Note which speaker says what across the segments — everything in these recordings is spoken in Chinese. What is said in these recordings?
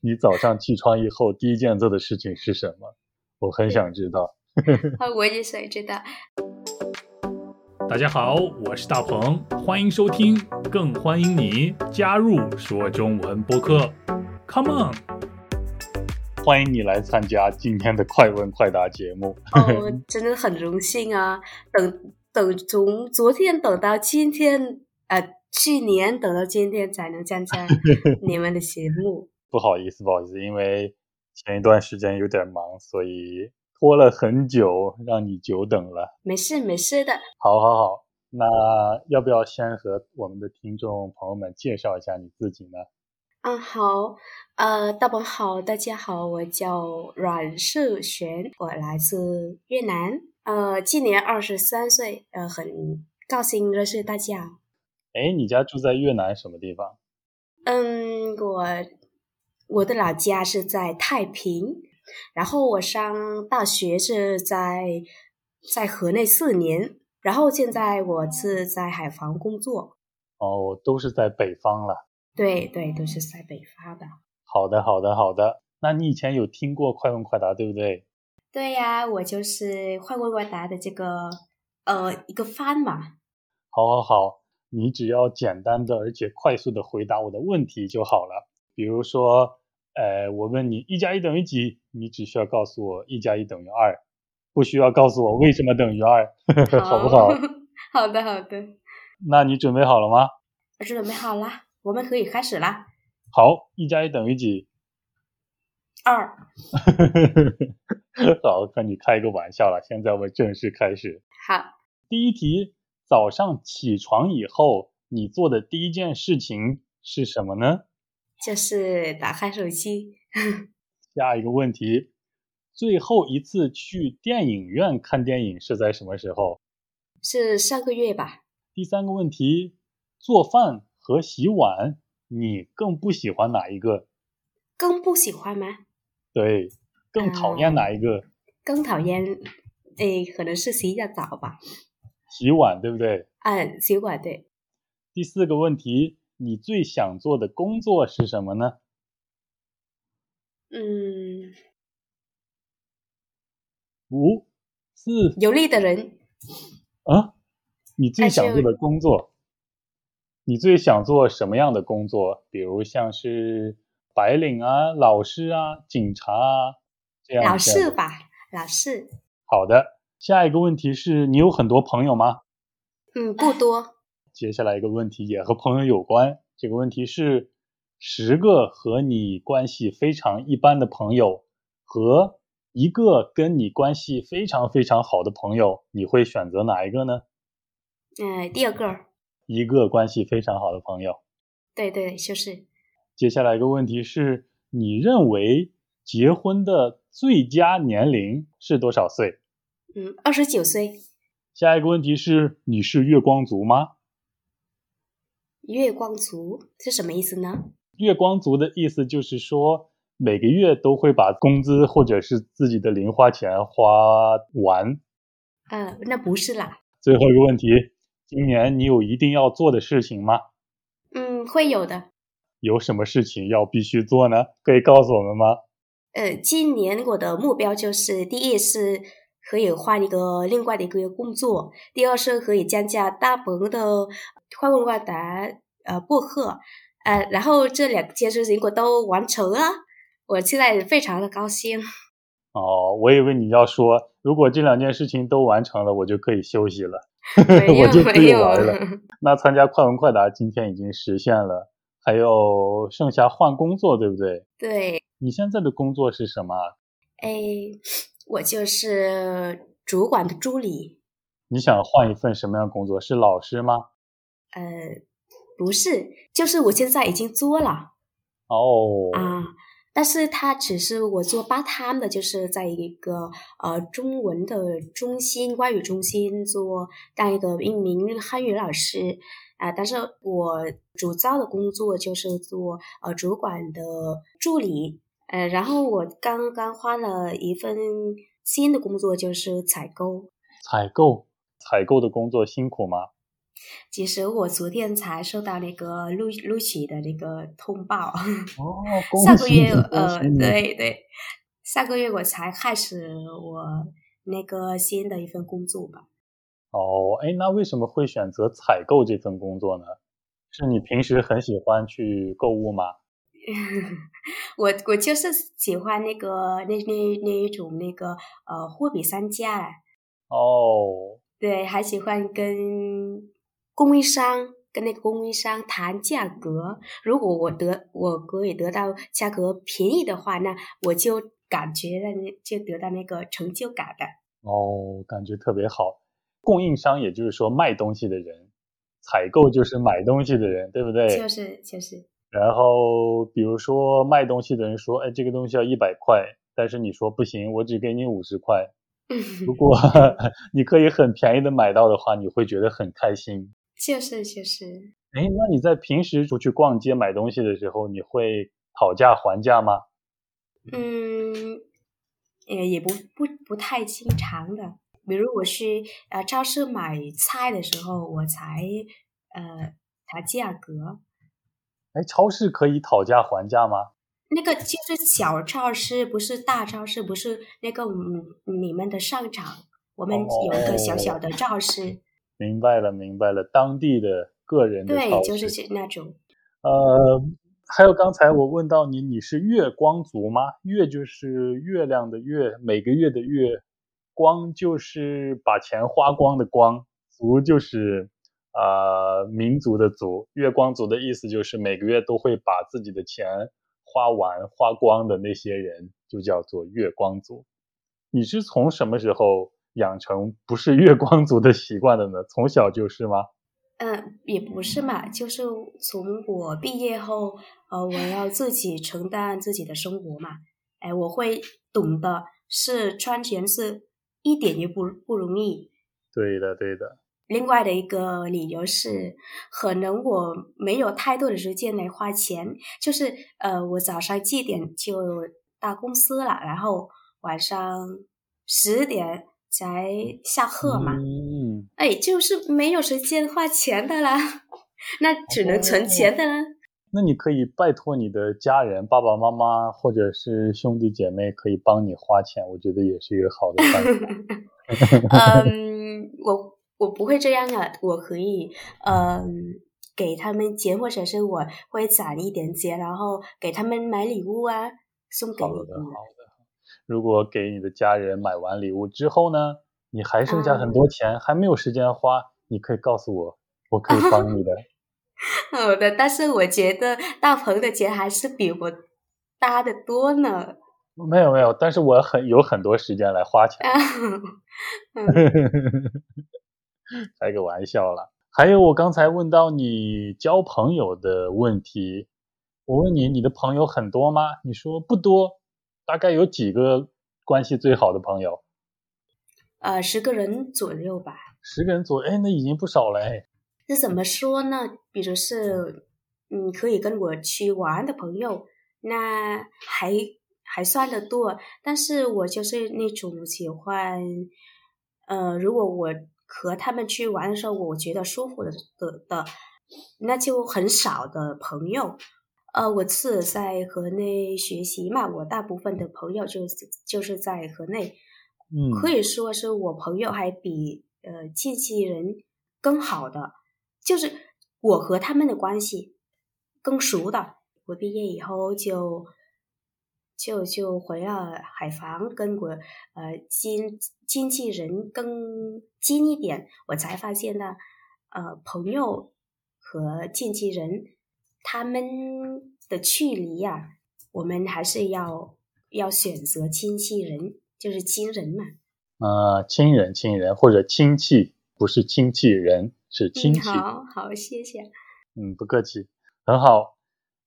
Speaker 1: 你早上起床以后第一件做的事情是什么？我很想知道。
Speaker 2: 啊，我也想知道。
Speaker 3: 大家好，我是大鹏，欢迎收听，更欢迎你加入说中文播客。Come on！
Speaker 1: 欢迎你来参加今天的快问快答节目。
Speaker 2: 哦，真的很荣幸啊！等等，从昨天等到今天，呃，去年等到今天才能参加你们的节目。
Speaker 1: 不好意思，不好意思，因为前一段时间有点忙，所以拖了很久，让你久等了。
Speaker 2: 没事没事的，
Speaker 1: 好，好，好，那要不要先和我们的听众朋友们介绍一下你自己呢？
Speaker 2: 嗯，好，呃，大鹏好，大家好，我叫阮世璇，我来自越南，呃，今年二十三岁，呃，很高兴认识大家。
Speaker 1: 哎，你家住在越南什么地方？
Speaker 2: 嗯，我我的老家是在太平，然后我上大学是在在河内四年，然后现在我是在海防工作。
Speaker 1: 哦，都是在北方了。
Speaker 2: 对对，都是在北方的。
Speaker 1: 好的，好的，好的。那你以前有听过快问快答，对不对？
Speaker 2: 对呀、我就是快问快答的这个呃一个番嘛。
Speaker 1: 好，好，好，你只要简单的而且快速的回答我的问题就好了。比如说，呃，我问你一加一等于几，你只需要告诉我一加一等于二，不需要告诉我为什么等于二， 好不好？？
Speaker 2: 好的，好的，
Speaker 1: 那你准备好了吗？
Speaker 2: 我准备好了，我们可以开始啦。
Speaker 1: 好，一加一等于几？
Speaker 2: 二，
Speaker 1: 好，跟你开个玩笑了。现在我们正式开始。
Speaker 2: 好，
Speaker 1: 第一题，早上起床以后，你做的第一件事情是什么呢？
Speaker 2: 就是打开手机。
Speaker 1: 下一个问题，最后一次去电影院看电影是在什么时候？
Speaker 2: 是上个月吧？
Speaker 1: 第三个问题，做饭和洗碗，你更不喜欢哪一个？
Speaker 2: 更不喜欢吗？
Speaker 1: 对，更讨厌哪一个？
Speaker 2: 更讨厌，诶，可能是洗个澡吧。
Speaker 1: 洗碗，对不对？
Speaker 2: 啊，洗碗对，
Speaker 1: 第四个问题，你最想做的工作是什么呢？
Speaker 2: 嗯，
Speaker 1: 五、四
Speaker 2: 有力的人，
Speaker 1: 啊，你最
Speaker 2: 还是
Speaker 1: 想做的工作，你最想做什么样的工作？比如像是白领啊、老师啊、警察啊这样。
Speaker 2: 老
Speaker 1: 这样
Speaker 2: 是吧？老是，
Speaker 1: 好的，下一个问题是你有很多朋友吗？
Speaker 2: 嗯，不多。
Speaker 1: 接下来一个问题也和朋友有关。这个问题是：十个和你关系非常一般的朋友和一个跟你关系非常非常好的朋友，你会选择哪一个呢？
Speaker 2: 嗯，第二个，
Speaker 1: 一个关系非常好的朋友。
Speaker 2: 对对，就是
Speaker 1: 接下来一个问题是：你认为结婚的最佳年龄是多少岁？
Speaker 2: 嗯，二十九岁，
Speaker 1: 下一个问题是：你是月光族吗？
Speaker 2: 月光族是什么意思呢？
Speaker 1: 月光族的意思就是说，每个月都会把工资或者是自己的零花钱花完。
Speaker 2: 呃，那不是啦，
Speaker 1: 最后一个问题，今年你有一定要做的事情吗？
Speaker 2: 嗯，会有的。
Speaker 1: 有什么事情要必须做呢？可以告诉我们吗？
Speaker 2: 呃，今年我的目标就是，第一是可以换一个另外的一个工作，第二是可以参加大鹏的快问快答呃播客，呃，然后这两件事情我都完成了，我现在非常的高兴。
Speaker 1: 哦，我以为你要说，如果这两件事情都完成了，我就可以休息了，
Speaker 2: 没
Speaker 1: 我
Speaker 2: 有
Speaker 1: 就可
Speaker 2: 没
Speaker 1: 以
Speaker 2: 有，
Speaker 1: 玩了。那参加快问快答今天已经实现了，还有剩下换工作，对不对？
Speaker 2: 对，
Speaker 1: 你现在的工作是什么啊？
Speaker 2: 哎，我就是主管的助理，
Speaker 1: 你想换一份什么样的工作？是老师吗？
Speaker 2: 呃，不是，就是我现在已经做了。
Speaker 1: 哦，
Speaker 2: 啊，但是它只是我做 part time 的，就是在一个呃中文的中心、外语中心做当一个一名汉语老师啊、但是我主要的工作就是做呃主管的助理，呃，然后我刚刚换了一份新的工作，就是采购，
Speaker 1: 采购，采购的工作辛苦吗？
Speaker 2: 其实我昨天才收到那个录录取的那个通报，
Speaker 1: 哦，
Speaker 2: 上个月呃，
Speaker 1: 对，
Speaker 2: 对对，上个月我才开始我那个新的一份工作吧。
Speaker 1: 哦，哎，那为什么会选择采购这份工作呢？是你平时很喜欢去购物吗？
Speaker 2: 我我就是喜欢那个那那那一种那个呃货比三家啦，
Speaker 1: 哦，
Speaker 2: 对，还喜欢跟供应商跟那个供应商谈价格。如果我得我可以得到价格便宜的话，那我就感觉到那就得到那个成就感的。
Speaker 1: 哦，感觉特别好。供应商也就是说卖东西的人，采购就是买东西的人，对不对？
Speaker 2: 就是就是，
Speaker 1: 然后比如说卖东西的人说，哎，这个东西要一百块，但是你说不行，我只给你五十块。 如果 你可以很便宜的买到的话，你会觉得很开心。
Speaker 2: 就是就是，
Speaker 1: 哎，那你在平时出去逛街买东西的时候，你会讨价还价吗？
Speaker 2: 嗯，也也不不不太经常的。比如我去呃超市买菜的时候，我才呃谈价格。
Speaker 1: 哎，超市可以讨价还价吗？
Speaker 2: 那个就是小超市，不是大超市，不是那个嗯你们的商场，我们
Speaker 1: 哦
Speaker 2: 有一个小小的超市，
Speaker 1: 明白了，明白了，当地的个人的
Speaker 2: 对
Speaker 1: 超，
Speaker 2: 就是
Speaker 1: 市
Speaker 2: 这那种，
Speaker 1: 呃，还有刚才我问到你，你是月光族吗？月就是月亮的月，每个月的月，光就是把钱花光的光，族就是呃民族的族。月光族的意思就是每个月都会把自己的钱花完、花光的那些人，就叫做月光族。你是从什么时候养成不是月光族的习惯的呢？从小就是吗？
Speaker 2: 嗯、也不是嘛，就是从我毕业后，呃，我要自己承担自己的生活嘛，哎，我会懂得是赚钱是一点也不不容易，
Speaker 1: 对的，对的。
Speaker 2: 另外的一个理由是，可能我没有太多的时间来花钱，就是呃，我早上七点就到公司了，然后晚上十点才下课嘛，
Speaker 1: 嗯。
Speaker 2: 哎，就是没有时间花钱的啦， 那只能存钱的啦。
Speaker 1: 那你可以拜托你的家人、爸爸妈妈或者是兄弟姐妹，可以帮你花钱，我觉得也是一个好的办法。哦
Speaker 2: 嗯，我我不会这样啊，我可以嗯给他们钱，或者是我会攒一点钱，然后给他们买礼物啊，送给
Speaker 1: 好
Speaker 2: 礼
Speaker 1: 的，好
Speaker 2: 物。
Speaker 1: 的。如果给你的家人买完礼物之后呢，你还剩下很多钱，还没有时间花，你可以告诉我，我可以帮你的。
Speaker 2: 好的，但是我觉得大鹏的钱还是比我大的多呢。
Speaker 1: 没有没有，但是我很有很多时间来花钱。
Speaker 2: 啊，
Speaker 1: 开个玩笑啦。还有，我刚才问到你交朋友的问题，我问你，你的朋友很多吗？你说不多，大概有几个关系最好的朋友？
Speaker 2: 呃，十个人左右吧。
Speaker 1: 十个人左右，哎，那已经不少了哎。
Speaker 2: 那怎么说呢？比如是，嗯，可以跟我去玩的朋友，那还还算得多。但是我就是那种喜欢，呃，如果我和他们去玩的时候，我觉得舒服的的的，那就很少的朋友。呃，我是在河内学习嘛，我大部分的朋友就是就是在河内，
Speaker 1: 嗯，
Speaker 2: 可以说是我朋友还比呃亲戚人更好的，就是我和他们的关系更熟的。我毕业以后就就就回了海防，跟我呃亲亲戚人更近一点，我才发现呢，呃，朋友和亲戚人他们的距离呀、我们还是要要选择亲戚人，就是亲人嘛。
Speaker 1: 啊、亲人、亲人或者亲戚，不是亲戚人，是亲戚。
Speaker 2: 嗯、好好，谢谢。
Speaker 1: 嗯，不客气，很好。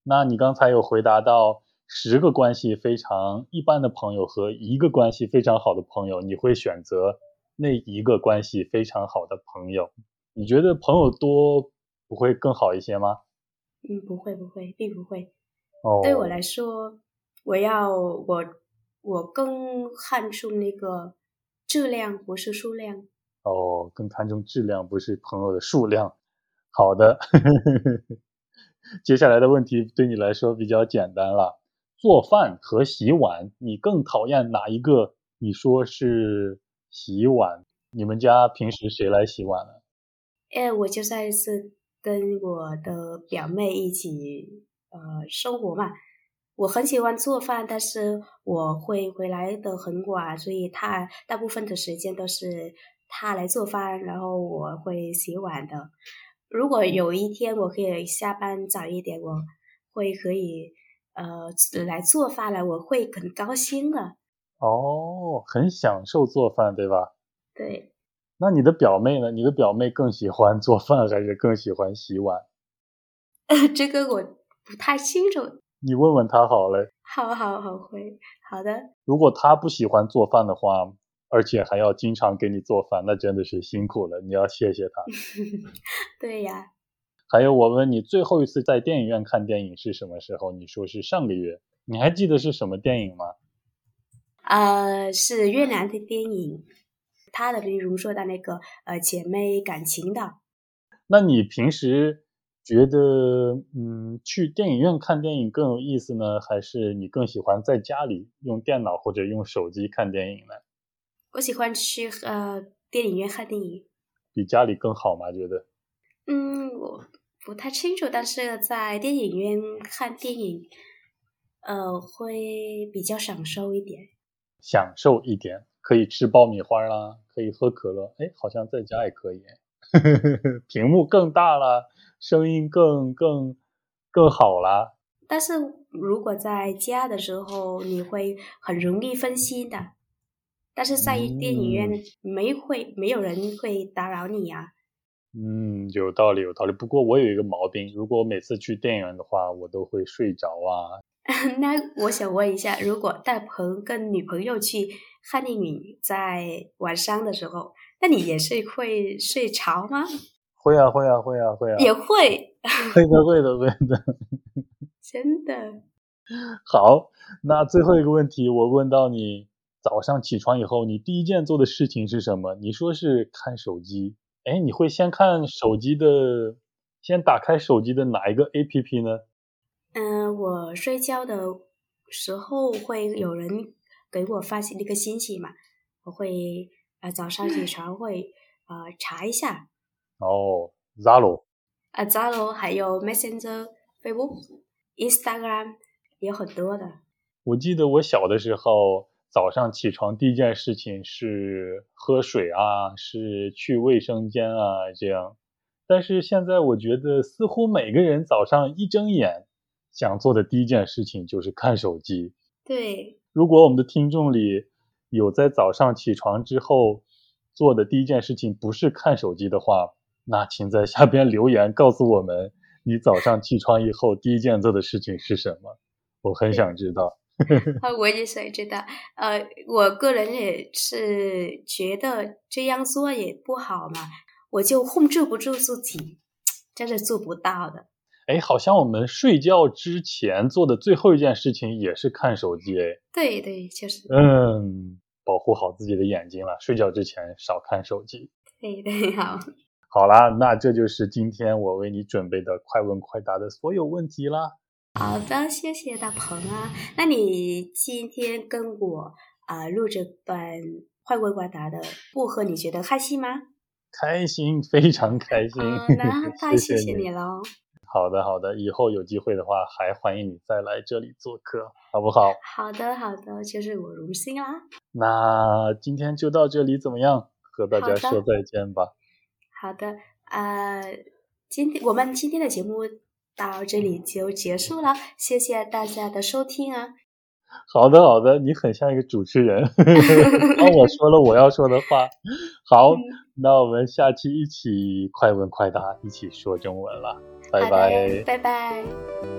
Speaker 1: 那你刚才有回答到十个关系非常一般的朋友和一个关系非常好的朋友，你会选择那一个关系非常好的朋友。你觉得朋友多不会更好一些吗？
Speaker 2: 嗯，不会不会，并不会。
Speaker 1: 哦，
Speaker 2: 对我来说，我要我我更看重那个质量，不是数量。
Speaker 1: 哦，更看重质量，不是朋友的数量。好的， 接下来的问题对你来说比较简单了。做饭和洗碗，你更讨厌哪一个？你说是洗碗，你们家平时谁来洗碗呢？
Speaker 2: 哎，我就算是跟我的表妹一起呃生活嘛，我很喜欢做饭，但是我会回来的很晚，所以她大部分的时间都是她来做饭，然后我会洗碗的。如果有一天我可以下班早一点，我会可以呃来做饭了，我会很高兴啊的。
Speaker 1: 哦，很享受做饭，对吧？
Speaker 2: 对，
Speaker 1: 那你的表妹呢？你的表妹更喜欢做饭还是更喜欢洗碗？
Speaker 2: 这个我不太清楚。
Speaker 1: 你问问她好了。
Speaker 2: 好好好会好的，
Speaker 1: 如果她不喜欢做饭的话，而且还要经常给你做饭，那真的是辛苦了，你要谢谢她。
Speaker 2: 对呀，
Speaker 1: 还有，我问你，最后一次在电影院看电影是什么时候？你说是上个月，你还记得是什么电影吗？
Speaker 2: 呃，是越南的电影，它的比如说的那个呃姐妹感情的，
Speaker 1: 那你平时觉得，嗯，去电影院看电影更有意思呢，还是你更喜欢在家里用电脑或者用手机看电影呢？
Speaker 2: 我喜欢去呃电影院看电影。
Speaker 1: 比家里更好吗？觉得？
Speaker 2: 嗯，我不太清楚，但是在电影院看电影，呃，会比较享受一点。
Speaker 1: 享受一点，可以吃爆米花啦，可以喝可乐，哎，好像在家也可以， 屏幕更大啦，声音更更更好啦。
Speaker 2: 但是如果在家的时候，你会很容易分心的。但是在
Speaker 1: 嗯
Speaker 2: 电影院没会没有人会打扰你啊呀、
Speaker 1: 嗯，有道理，有道理。不过我有一个毛病，如果我每次去电影院的话，我都会睡着啊。
Speaker 2: 那我想问一下，如果带朋跟女朋友去看电影，在晚上的时候，那你也是会睡着吗？
Speaker 1: 会啊，会啊，会啊，会啊，
Speaker 2: 也会，
Speaker 1: 会的，会的，会的。
Speaker 2: 真的。
Speaker 1: 好，那最后一个问题，我问到你，早上起床以后，你第一件做的事情是什么？你说是看手机，哎，你会先看手机的，先打开手机的哪一个 APP 呢？
Speaker 2: 嗯、我睡觉的时候会有人给我发那个信息嘛，我会呃早上起床会呃查一下，
Speaker 1: 哦，Zalo，
Speaker 2: 啊，Zalo 还有 Messenger、Facebook、Instagram 也很多的。
Speaker 1: 我记得我小的时候，早上起床第一件事情是喝水啊，是去卫生间啊，这样。但是现在我觉得，似乎每个人早上一睁眼，想做的第一件事情就是看手机。
Speaker 2: 对，
Speaker 1: 如果我们的听众里有在早上起床之后做的第一件事情不是看手机的话，那请在下边留言告诉我们，你早上起床以后第一件做的事情是什么？我很想知道。
Speaker 2: 啊，我也想知道。呃，我个人也是觉得这样做也不好嘛，我就控制不住自己，真的做不到的。
Speaker 1: 哎，好像我们睡觉之前做的最后一件事情也是看手机。哎，
Speaker 2: 对对，就是
Speaker 1: 嗯，保护好自己的眼睛了，睡觉之前少看手机。
Speaker 2: 对对，好，
Speaker 1: 好啦，那这就是今天我为你准备的快问快答的所有问题啦。
Speaker 2: 好的，谢谢大鹏啊。那你今天跟我啊、录这段快问快答的薄荷，你觉得开心吗？
Speaker 1: 开心，非常开心。
Speaker 2: 啊， 那太谢谢你喽。
Speaker 1: 好的，好的，以后有机会的话，还欢迎你再来这里做客，好不好？
Speaker 2: 好的，好的，就是我荣幸啦。
Speaker 1: 那今天就到这里，怎么样？和大
Speaker 2: 好
Speaker 1: 家
Speaker 2: 的
Speaker 1: 说再见吧。
Speaker 2: 好的，呃，今天我们今天的节目到这里就结束了，谢谢大家的收听啊。
Speaker 1: 好的，好的，你很像一个主持人， 帮我说了我要说的话。好，
Speaker 2: 嗯
Speaker 1: 那我们下期一起快问快答，一起说中文了，拜
Speaker 2: 好
Speaker 1: 拜。
Speaker 2: 的拜拜。